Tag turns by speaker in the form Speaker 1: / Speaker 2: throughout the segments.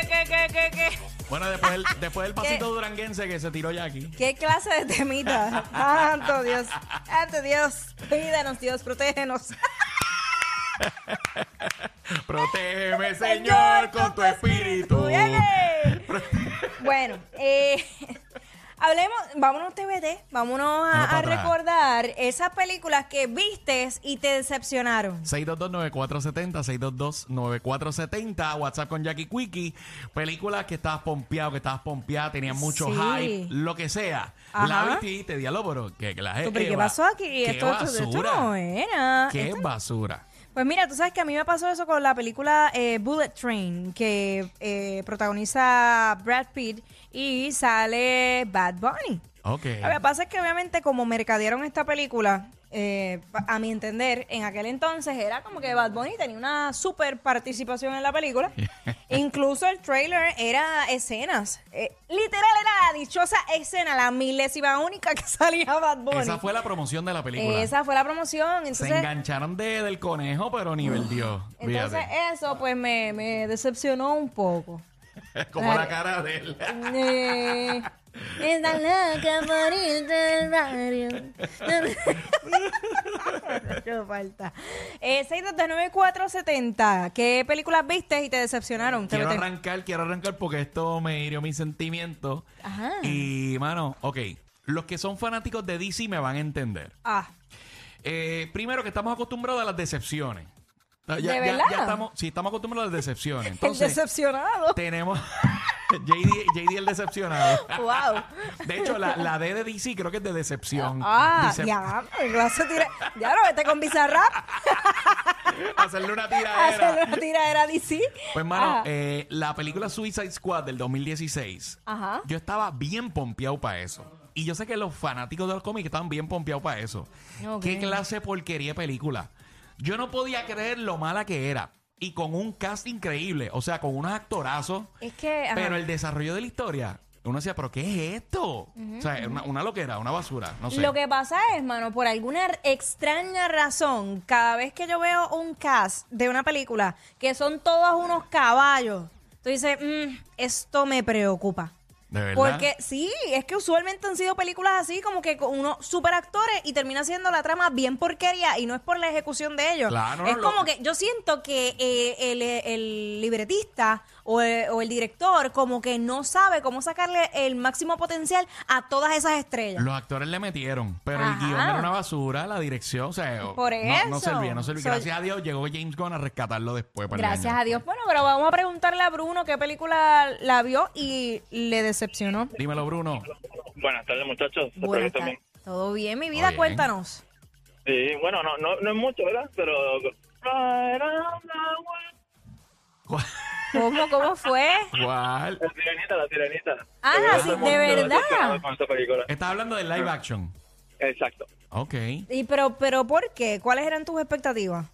Speaker 1: que, que-
Speaker 2: Bueno, después, el- después del pasito
Speaker 1: ¿Qué?
Speaker 2: duranguense que se tiró Jackie.
Speaker 1: ¿Qué clase de temita? Santo Dios, santo Dios, cuídanos Dios, protégenos.
Speaker 2: Protégeme, Señor, con tu espíritu.
Speaker 1: ¡Yay!
Speaker 2: Pro-
Speaker 1: eh. Bueno, eh, hablemos, vámonos TBT, vámonos
Speaker 2: Vamos
Speaker 1: a,
Speaker 2: para
Speaker 1: a
Speaker 2: atrás.
Speaker 1: recordar esas películas que vistes y te decepcionaron.
Speaker 2: 622-9470, 622-9470, WhatsApp con Jackie Quickie, películas que estabas pompeado, que estabas pompeada, tenían mucho
Speaker 1: Sí.
Speaker 2: hype, lo que sea. La
Speaker 1: Ajá.
Speaker 2: viste y te dialóboro, que, que la
Speaker 1: Tú,
Speaker 2: gente...
Speaker 1: ¿Pero qué pasó aquí?
Speaker 2: Eh, ¡Qué
Speaker 1: Esto, esto-
Speaker 2: basura!
Speaker 1: esto no era.
Speaker 2: ¡Qué
Speaker 1: Esto-
Speaker 2: basura!
Speaker 1: Pues mira, tú sabes que a mí me pasó eso con la película eh, Bullet Train, que eh, protagoniza Brad Pitt y sale Bad Bunny.
Speaker 2: Ok.
Speaker 1: Lo que pasa es que obviamente como mercadearon esta película, eh, pa- a mi entender, en aquel entonces era como que Bad Bunny tenía una super participación en la película. Incluso el trailer era escenas. Eh, literal era la dichosa escena, la milésima única que salía Bad Bunny.
Speaker 2: Esa fue la promoción de la película.
Speaker 1: Esa fue la promoción.
Speaker 2: Se
Speaker 1: Entonces,
Speaker 2: engancharon de, del conejo, pero nivel Dios.
Speaker 1: entonces
Speaker 2: Fíjate.
Speaker 1: eso pues me, me decepcionó un poco.
Speaker 2: Como la cara de él.
Speaker 1: Eh, esta loca por irte del barrio. Qué falta. Eh, 6229470. ¿Qué películas viste y te decepcionaron?
Speaker 2: Quiero
Speaker 1: TBT?
Speaker 2: arrancar, quiero arrancar porque esto me hirió mis sentimientos.
Speaker 1: Ajá.
Speaker 2: Y, mano, ok. Los que son fanáticos de DC me van a entender.
Speaker 1: Ah,
Speaker 2: Eh, primero que estamos acostumbrados a las decepciones. Ya,
Speaker 1: ¿De
Speaker 2: ya-
Speaker 1: verdad?
Speaker 2: ya estamos, sí, estamos acostumbrados a las decepciones.
Speaker 1: el
Speaker 2: Entonces,
Speaker 1: decepcionado.
Speaker 2: tenemos JD, JD el decepcionado.
Speaker 1: Wow.
Speaker 2: De hecho, la, la D de DC creo que es de decepción.
Speaker 1: Ah,
Speaker 2: Dicep-
Speaker 1: ya, lo vas a tirar. Ya lo vete con Bizarrap.
Speaker 2: Hacerle una tiradera.
Speaker 1: Hacer una tiradera DC.
Speaker 2: Pues, mano,
Speaker 1: Ajá.
Speaker 2: eh, la película Suicide Squad del 2016,
Speaker 1: Ajá.
Speaker 2: yo estaba bien pompeado para eso. Y yo sé que los fanáticos de los cómics estaban bien pompeados para eso.
Speaker 1: Ok.
Speaker 2: ¿Qué clase de porquería de película? Yo no podía creer lo mala que era. Y con un cast increíble, o sea, con unos actorazos.
Speaker 1: Es que. ajá.
Speaker 2: Pero el desarrollo de la historia, uno decía, ¿pero qué es esto? o sea, una, una loquera, una basura, no sé.
Speaker 1: Lo que pasa es, mano, por alguna r- extraña razón, cada vez que yo veo un cast de una película que son todos unos caballos, tú dices, "Mm, esto me preocupa.
Speaker 2: de verdad.
Speaker 1: Porque sí, es que usualmente han sido películas así, como que con unos superactores y termina siendo la trama bien porquería y no es por la ejecución de ellos.
Speaker 2: Claro, no,
Speaker 1: es
Speaker 2: no,
Speaker 1: como
Speaker 2: lo-
Speaker 1: que yo siento que eh, el, el libretista o el, o el director como que no sabe cómo sacarle el máximo potencial a todas esas estrellas.
Speaker 2: Los actores le metieron, pero el
Speaker 1: Ajá.
Speaker 2: guión era una basura, la dirección, o sea,
Speaker 1: Por
Speaker 2: no, no
Speaker 1: eso.
Speaker 2: servía, no servía.
Speaker 1: Soy-
Speaker 2: Gracias a Dios llegó James Gunn a rescatarlo después. par de
Speaker 1: Gracias
Speaker 2: años
Speaker 1: a Dios. Bueno, pero vamos a preguntarle a Bruno qué película la vio y le decepcionó.
Speaker 2: después. Dímelo, Bruno.
Speaker 3: Buenas tardes, muchachos. Espero
Speaker 1: Buenas
Speaker 3: que estén bien.
Speaker 1: tardes. Todo bien, mi vida,
Speaker 2: Bien.
Speaker 1: cuéntanos.
Speaker 3: Sí, bueno, no, no, no es mucho, ¿verdad? Pero... La
Speaker 2: ¿Cuál?
Speaker 1: ¿Cómo, cómo fue?
Speaker 2: ¿Cuál?
Speaker 3: sirenita, la sirenita.
Speaker 1: Ah,
Speaker 3: Pero
Speaker 1: sí,
Speaker 3: todo el mundo
Speaker 1: de verdad.
Speaker 3: decepcionado Con esta película.
Speaker 2: Estás hablando de live action.
Speaker 3: Exacto.
Speaker 2: Ok.
Speaker 1: Y pero, pero ¿por qué? ¿Cuáles eran tus expectativas?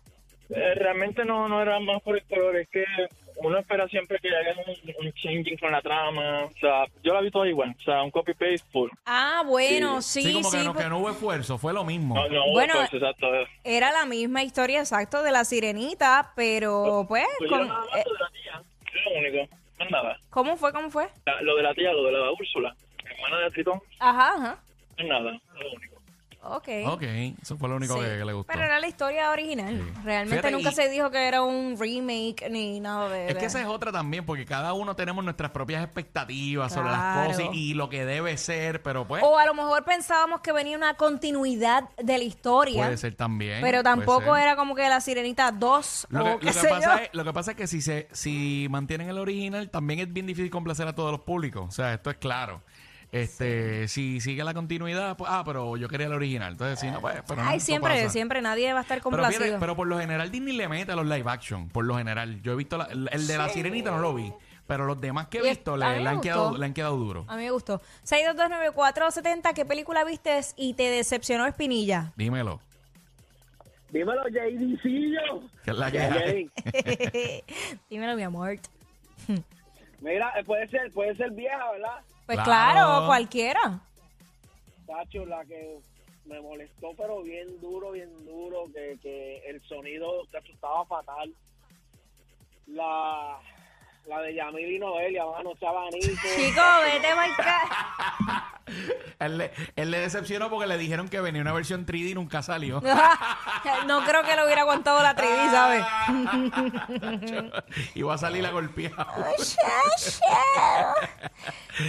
Speaker 3: Eh, realmente no, no era más por el color, es que uno espera siempre que hagan un, un changing con la trama. O sea, yo la vi toda igual, o sea, un copy-paste full.
Speaker 1: Ah, bueno, sí, sí.
Speaker 2: como que, no,
Speaker 1: pues,
Speaker 2: que no hubo esfuerzo, fue lo mismo.
Speaker 3: No, no,
Speaker 1: Bueno, eh,
Speaker 3: pues, exacto.
Speaker 1: Era la misma historia exacto de la sirenita, pero pues,
Speaker 3: Pues yo
Speaker 1: ¿cómo,
Speaker 3: nada más
Speaker 1: eh,
Speaker 3: lo de la tía, es lo único, más nada.
Speaker 1: ¿cómo fue? ¿Cómo fue?
Speaker 3: La- lo de la tía, lo de la Úrsula, hermana de Tritón,
Speaker 1: Ajá, ajá.
Speaker 3: es nada, lo único.
Speaker 1: Ok.
Speaker 2: Ok, eso fue lo único
Speaker 1: Sí,
Speaker 2: que, que le gustó.
Speaker 1: Pero era la historia original.
Speaker 2: Sí.
Speaker 1: Realmente
Speaker 2: Fíjate,
Speaker 1: nunca
Speaker 2: y-
Speaker 1: se dijo que era un remake ni nada de
Speaker 2: Es que
Speaker 1: de-
Speaker 2: esa es otra también, porque cada uno tenemos nuestras propias expectativas sobre las
Speaker 1: Claro.
Speaker 2: cosas y, y lo que debe ser, pero pues
Speaker 1: O a lo mejor pensábamos que venía una continuidad de la historia.
Speaker 2: puede ser también.
Speaker 1: Pero
Speaker 2: puede
Speaker 1: tampoco
Speaker 2: ser.
Speaker 1: era como que la sirenita 2
Speaker 2: Lo
Speaker 1: o qué
Speaker 2: que, lo que
Speaker 1: sé yo.
Speaker 2: pasa es, lo que pasa es que si se si mantienen el original, también es bien difícil complacer a todos los públicos. O sea, esto es claro. Este, si sigue la continuidad, pues, ah, pero yo quería el original. Entonces, si no, pues, pero no,
Speaker 1: Ay,
Speaker 2: eso
Speaker 1: siempre,
Speaker 2: pasa.
Speaker 1: siempre nadie va a estar
Speaker 2: Pero,
Speaker 1: complacido.
Speaker 2: fíjate, pero por lo general Disney le mete a los live action, por lo general. Yo he visto la- el el de la sirenita no lo vi, pero los demás que he
Speaker 1: Y Ah. es-
Speaker 2: visto
Speaker 1: a mí
Speaker 2: le,
Speaker 1: me
Speaker 2: le han
Speaker 1: gustó.
Speaker 2: quedado, le han quedado duro.
Speaker 1: A mí me gustó. 6229470, ¿qué película viste y te decepcionó Espinilla?
Speaker 2: Dímelo.
Speaker 4: Dímelo, JDcillo.
Speaker 2: ¿Qué es la que hay?
Speaker 4: Jadin.
Speaker 1: Dímelo, mi amor.
Speaker 4: Mira, eh, puede ser, puede ser vieja, ¿verdad?
Speaker 1: Pues
Speaker 2: Claro.
Speaker 1: claro, cualquiera.
Speaker 4: Tacho, la que me molestó, pero bien duro, bien duro, que, que el sonido, tacho, estaba fatal. La, La de Yamil y Noelia, mano, chabanito.
Speaker 1: Chico, vete mal ca-
Speaker 2: Él le, él le decepcionó porque le dijeron que venía una versión 3D y nunca salió.
Speaker 1: No creo que lo hubiera aguantado la 3D, ¿sabes?
Speaker 2: y va a salir la golpeada.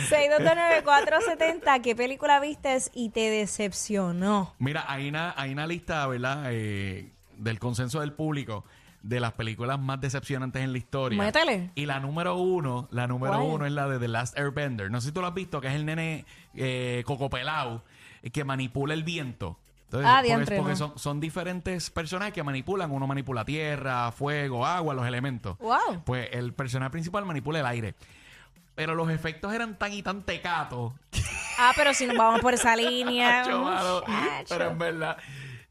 Speaker 1: 6229470, ¿qué película vistes y te decepcionó?
Speaker 2: Mira, hay una, hay una lista, ¿verdad? Eh, del consenso del público de las películas más decepcionantes en la historia.
Speaker 1: Métele.
Speaker 2: Y la número uno, la número
Speaker 1: ¿Cuál?
Speaker 2: uno es la de The Last Airbender. No sé si tú lo has visto, que es el nene eh, cocopelao eh, que manipula el viento. Entonces,
Speaker 1: Ah,
Speaker 2: porque-
Speaker 1: diantre,
Speaker 2: porque
Speaker 1: no.
Speaker 2: son, son diferentes personajes que manipulan. Uno manipula tierra, fuego, agua, los elementos.
Speaker 1: Wow.
Speaker 2: Pues el personaje principal manipula el aire. Pero los efectos eran tan y tan tecatos
Speaker 1: Ah, pero si nos vamos por esa línea.
Speaker 2: Chacho, mano.
Speaker 1: muchacho.
Speaker 2: Pero en verdad.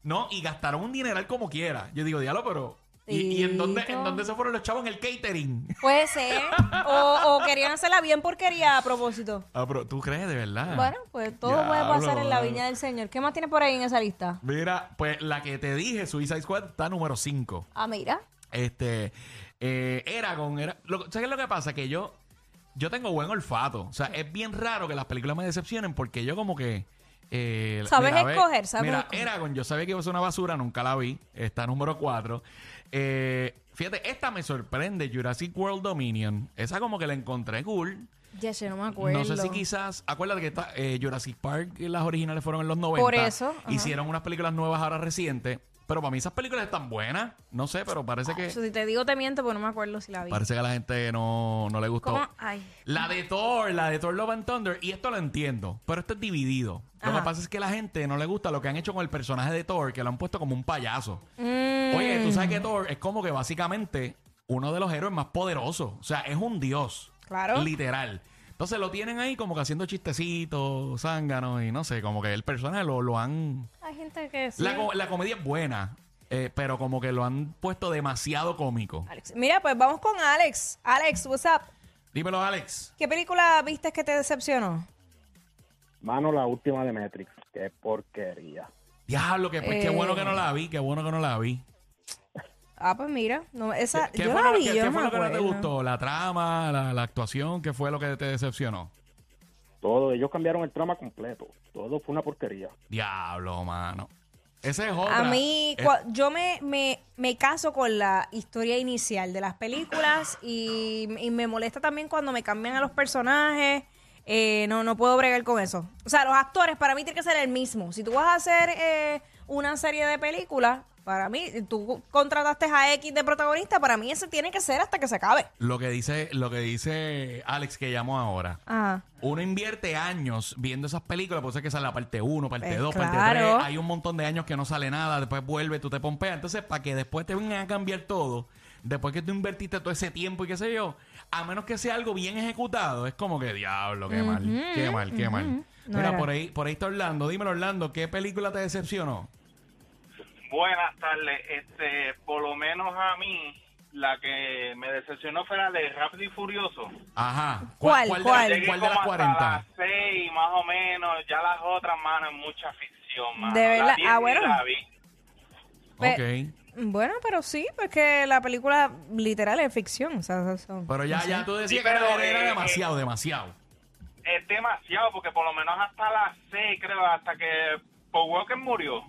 Speaker 2: No, y gastaron un dineral como quiera. Yo digo, diablo, pero. ¿Y, y en, dónde,
Speaker 1: Tito.
Speaker 2: en dónde se fueron los chavos? En el catering.
Speaker 1: Puede ser. O, o querían hacerla bien porquería a propósito.
Speaker 2: Ah, pero tú crees de verdad.
Speaker 1: Bueno, pues todo puede
Speaker 2: Diablo,
Speaker 1: pasar en la
Speaker 2: mano.
Speaker 1: viña del Señor. ¿Qué más tienes por ahí en esa lista?
Speaker 2: Mira, pues la que te dije, Suicide Squad, está número 5.
Speaker 1: Ah, mira.
Speaker 2: Este. Eh, Eragon. Era, lo, ¿Sabes qué es lo que pasa? Que yo. Yo tengo buen olfato. O sea, es bien raro que las películas me decepcionen porque yo, como que. eh,
Speaker 1: Sabes
Speaker 2: ve-
Speaker 1: escoger, sabes
Speaker 2: Mira,
Speaker 1: escoger.
Speaker 2: Eragon, yo sabía que iba a ser una basura, nunca la vi. Está número 4. fíjate, esta me sorprende. Jurassic World Dominion. Esa, como que la encontré cool.
Speaker 1: Ya sé, no me acuerdo.
Speaker 2: No sé si quizás. Acuérdate que esta, eh, Jurassic Park, eh, las originales fueron en los 90.
Speaker 1: Por eso, ajá.
Speaker 2: Hicieron unas películas nuevas ahora recientes. Pero para mí esas películas están buenas. No sé, pero parece que.
Speaker 1: Ah, Eso, si te digo te miento, pues no me acuerdo si la vi.
Speaker 2: Parece que a la gente no, no le gustó.
Speaker 1: ¿Cómo? Ay.
Speaker 2: La de Thor, la de Thor Love and Thunder, y esto lo entiendo, pero esto es dividido. Lo
Speaker 1: Ajá.
Speaker 2: que pasa es que a la gente no le gusta lo que han hecho con el personaje de Thor, que lo han puesto como un payaso.
Speaker 1: Mm.
Speaker 2: Oye, tú sabes que Thor es como que básicamente uno de los héroes más poderosos. O sea, es un dios.
Speaker 1: Claro.
Speaker 2: Literal. Entonces lo tienen ahí como que haciendo chistecitos, zánganos, y no sé, como que el personaje lo, lo han...
Speaker 1: Hay gente que sí.
Speaker 2: La, co- la comedia es buena, eh, pero como que lo han puesto demasiado cómico.
Speaker 1: Alex. Mira, pues vamos con Alex. Alex, what's up?
Speaker 2: Dímelo, Alex.
Speaker 1: ¿Qué película viste que te decepcionó?
Speaker 5: Mano, la última de Matrix. Qué porquería.
Speaker 2: Diablo, que, pues, qué
Speaker 1: Eh.
Speaker 2: bueno que no la vi, qué bueno que no la vi.
Speaker 1: Ah, pues mira, no, esa,
Speaker 2: ¿Qué,
Speaker 1: yo
Speaker 2: fue,
Speaker 1: la
Speaker 2: lo-
Speaker 1: vi,
Speaker 2: qué-
Speaker 1: yo
Speaker 2: qué
Speaker 1: no
Speaker 2: fue
Speaker 1: me
Speaker 2: lo que no te
Speaker 1: acuerdo.
Speaker 2: gustó? ¿La trama, la, la actuación? ¿Qué fue lo que te decepcionó?
Speaker 5: Todo, ellos cambiaron el trama completo. Todo fue una porquería.
Speaker 2: Diablo, mano. Ese es otra.
Speaker 1: A mí,
Speaker 2: Eh,
Speaker 1: cua- yo me, me, me caso con la historia inicial de las películas y, y me molesta también cuando me cambian a los personajes. Eh, no, no puedo bregar con eso. O sea, los actores para mí tiene que ser el mismo. Si tú vas a hacer eh, una serie de películas, para mí, tú contrataste a X de protagonista, para mí ese tiene que ser hasta que se acabe.
Speaker 2: lo, que dice, lo que dice Alex que llamó ahora.
Speaker 1: Ajá.
Speaker 2: Uno invierte años viendo esas películas, por eso es que sale la parte 1, parte
Speaker 1: Pues
Speaker 2: 2, parte
Speaker 1: claro.
Speaker 2: 3. Hay un montón de años que no sale nada, después vuelve, tú te pompeas. Entonces, para que después te vengan a cambiar todo, después que tú invertiste todo ese tiempo y qué sé yo, a menos que sea algo bien ejecutado, es como que diablo, qué mal, qué mal, qué mal.
Speaker 1: No
Speaker 2: Mira,
Speaker 1: era.
Speaker 2: por ahí, por ahí está Orlando. Dímelo, Orlando, ¿qué película te decepcionó?
Speaker 3: Buenas tardes. Este, por lo menos a mí, la que me decepcionó fue la de Rápido y Furioso.
Speaker 2: Ajá.
Speaker 1: ¿Cuál,
Speaker 2: de las-
Speaker 1: cuál?
Speaker 2: de las 40?
Speaker 3: las 6 más o menos. Ya las otras, mano, es mucha ficción, mano.
Speaker 1: De verdad.
Speaker 3: La 10
Speaker 1: Ah,
Speaker 3: ni
Speaker 1: bueno.
Speaker 3: la vi.
Speaker 1: Pe-
Speaker 2: Ok.
Speaker 1: Bueno, pero sí, porque la película literal es ficción. O sea, son-
Speaker 2: Pero ya, ya tú decías
Speaker 3: Sí,
Speaker 2: que
Speaker 3: pero,
Speaker 2: era, era
Speaker 3: eh,
Speaker 2: demasiado, demasiado.
Speaker 3: Es demasiado, porque por lo menos hasta las 6, creo, hasta que Paul Walker murió.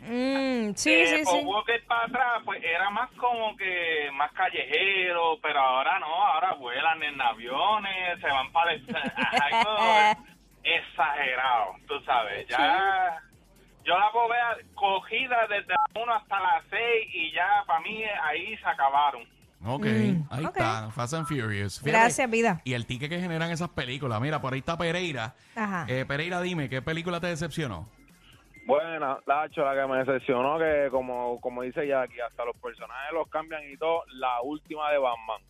Speaker 1: Mm, sí,
Speaker 3: Eh,
Speaker 1: sí,
Speaker 3: Paul
Speaker 1: sí.
Speaker 3: Walker para atrás, pues era más como que más callejero, pero ahora no, ahora vuelan en aviones, se van para el... algo exagerado, tú sabes, ya... Yo la puedo ver cogida desde la 1 hasta las 6 y ya para mí ahí se acabaron.
Speaker 2: Ok, ahí
Speaker 1: Mm, ok.
Speaker 2: está, Fast and Furious. Fíjate,
Speaker 1: Gracias, vida.
Speaker 2: Y el ticket que generan esas películas. Mira, por ahí está Pereira.
Speaker 1: Ajá.
Speaker 2: Eh, Pereira, dime, ¿qué película te decepcionó?
Speaker 6: Bueno, Lacho, la que me decepcionó, que como, como dice Jackie, hasta los personajes los cambian y todo, la última de Batman.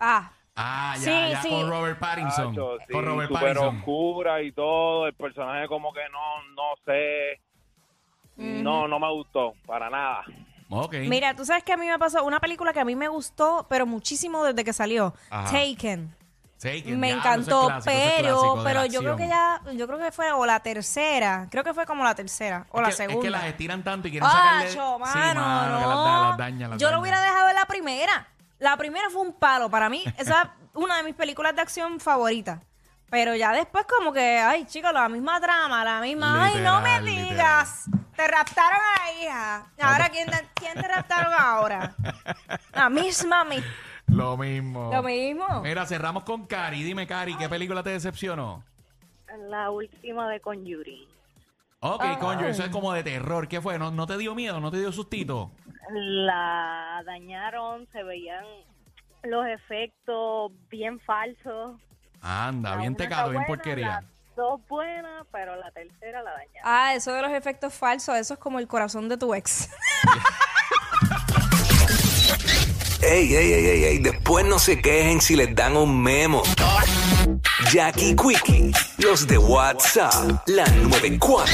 Speaker 1: Ah,
Speaker 2: Ah, ya,
Speaker 1: Sí,
Speaker 2: ya,
Speaker 1: sí.
Speaker 2: con Robert Pattinson.
Speaker 6: Lacho, sí,
Speaker 2: con Robert
Speaker 6: súper
Speaker 2: Pattinson.
Speaker 6: oscura y todo, el personaje como que no, no sé, no, no me gustó, para nada.
Speaker 2: Ok.
Speaker 1: mira, tú sabes que a mí me pasó una película que a mí me gustó, pero muchísimo desde que salió,
Speaker 2: Ajá.
Speaker 1: Taken.
Speaker 2: Taken,
Speaker 1: me
Speaker 2: ya,
Speaker 1: encantó,
Speaker 2: ese es clásico, ese es
Speaker 1: pero,
Speaker 2: clásico de
Speaker 1: pero
Speaker 2: la
Speaker 1: yo creo que ya,
Speaker 2: acción.
Speaker 1: yo creo que fue o la tercera, creo que fue como la tercera o
Speaker 2: Es
Speaker 1: la
Speaker 2: que-
Speaker 1: segunda.
Speaker 2: Es que las estiran tanto y quieren
Speaker 1: Ah,
Speaker 2: sacarle...
Speaker 1: cho,
Speaker 2: Sí,
Speaker 1: mano,
Speaker 2: mano, que las
Speaker 1: no.
Speaker 2: da- las daña, las
Speaker 1: yo
Speaker 2: daña.
Speaker 1: lo hubiera dejado en la primera. La primera fue un palo para mí. Esa es una de mis películas de acción favoritas. Pero ya después como que, ay, chicos, la misma trama, la misma... ay, no
Speaker 2: Literal,
Speaker 1: me
Speaker 2: literal.
Speaker 1: digas. Te raptaron a la hija. Ahora, ¿quién, quién te raptaron ahora? La misma, mi-
Speaker 2: Lo mismo.
Speaker 1: lo mismo.
Speaker 2: Mira, cerramos con Cari. Dime, Cari, ¿qué película te decepcionó?
Speaker 7: La última de Conjuring.
Speaker 2: Ok,
Speaker 1: Ah.
Speaker 2: coño, eso es como de terror. ¿Qué fue? ¿No, no te dio miedo? ¿No te dio sustito?
Speaker 7: La dañaron, se veían los efectos bien falsos.
Speaker 2: Anda,
Speaker 7: La
Speaker 2: bien
Speaker 7: una
Speaker 2: tecado,
Speaker 7: está
Speaker 2: bien
Speaker 7: buena,
Speaker 2: porquería.
Speaker 7: las dos buenas, pero la tercera la dañaron.
Speaker 1: Ah, eso de los efectos falsos, eso es como el corazón de tu ex.
Speaker 8: Ey, ey, ey, ey, ey, después no se quejen si les dan un memo. Jackie Quickie, los de WhatsApp, la 94.